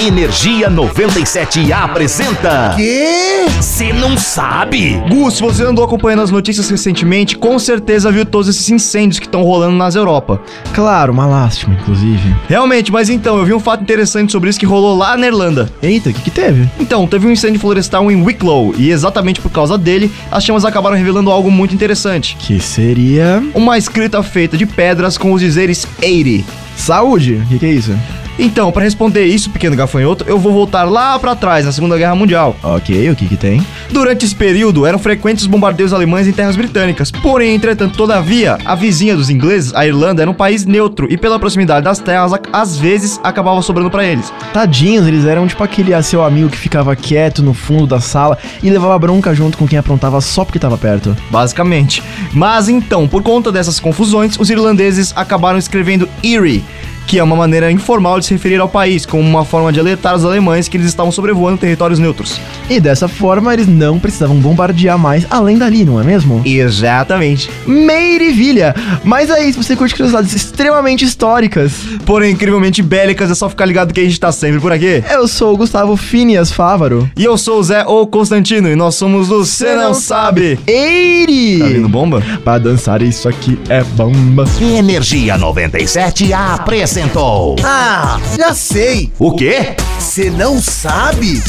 Energia 97 apresenta. Quê? Você não sabe? Gus, se você andou acompanhando as notícias recentemente, com certeza viu todos esses incêndios que estão rolando nas Europa. Claro, uma lástima, inclusive. Realmente, mas então, eu vi um fato interessante sobre isso que rolou lá na Irlanda. Eita, o que, que teve? Então, teve um incêndio florestal em Wicklow, e exatamente por causa dele, as chamas acabaram revelando algo muito interessante. Que seria. Uma escrita feita de pedras com os dizeres 80. Saúde! O que, que é isso? Então, pra responder isso, pequeno gafanhoto, eu vou voltar lá pra trás, na Segunda Guerra Mundial. Ok, o que, que tem? Durante esse período, eram frequentes os bombardeios alemães em terras britânicas. Porém, entretanto, todavia, a vizinha dos ingleses, a Irlanda, era um país neutro e, pela proximidade das terras, a- às vezes acabava sobrando pra eles. Tadinhos, eles eram tipo aquele ah, seu amigo que ficava quieto no fundo da sala e levava bronca junto com quem aprontava só porque tava perto. Basicamente. Mas então, por conta dessas confusões, os irlandeses acabaram escrevendo Erie, que é uma maneira informal de se referir ao país, como uma forma de alertar os alemães que eles estavam sobrevoando territórios neutros. E dessa forma, eles não precisavam bombardear mais além dali, não é mesmo? Exatamente. Meirevilha! Mas aí, se você curte curiosidades extremamente históricas, Porém, incrivelmente bélicas, é só ficar ligado que a gente tá sempre por aqui. eu sou o Gustavo Finias Fávaro. E eu sou o Zé ou Constantino, e nós somos do Cê Não Sabe. Eire! Tá vindo bomba? Pra dançar isso aqui é bomba. Energia 97 apresentou. Ah, já sei! O quê? Você não sabe?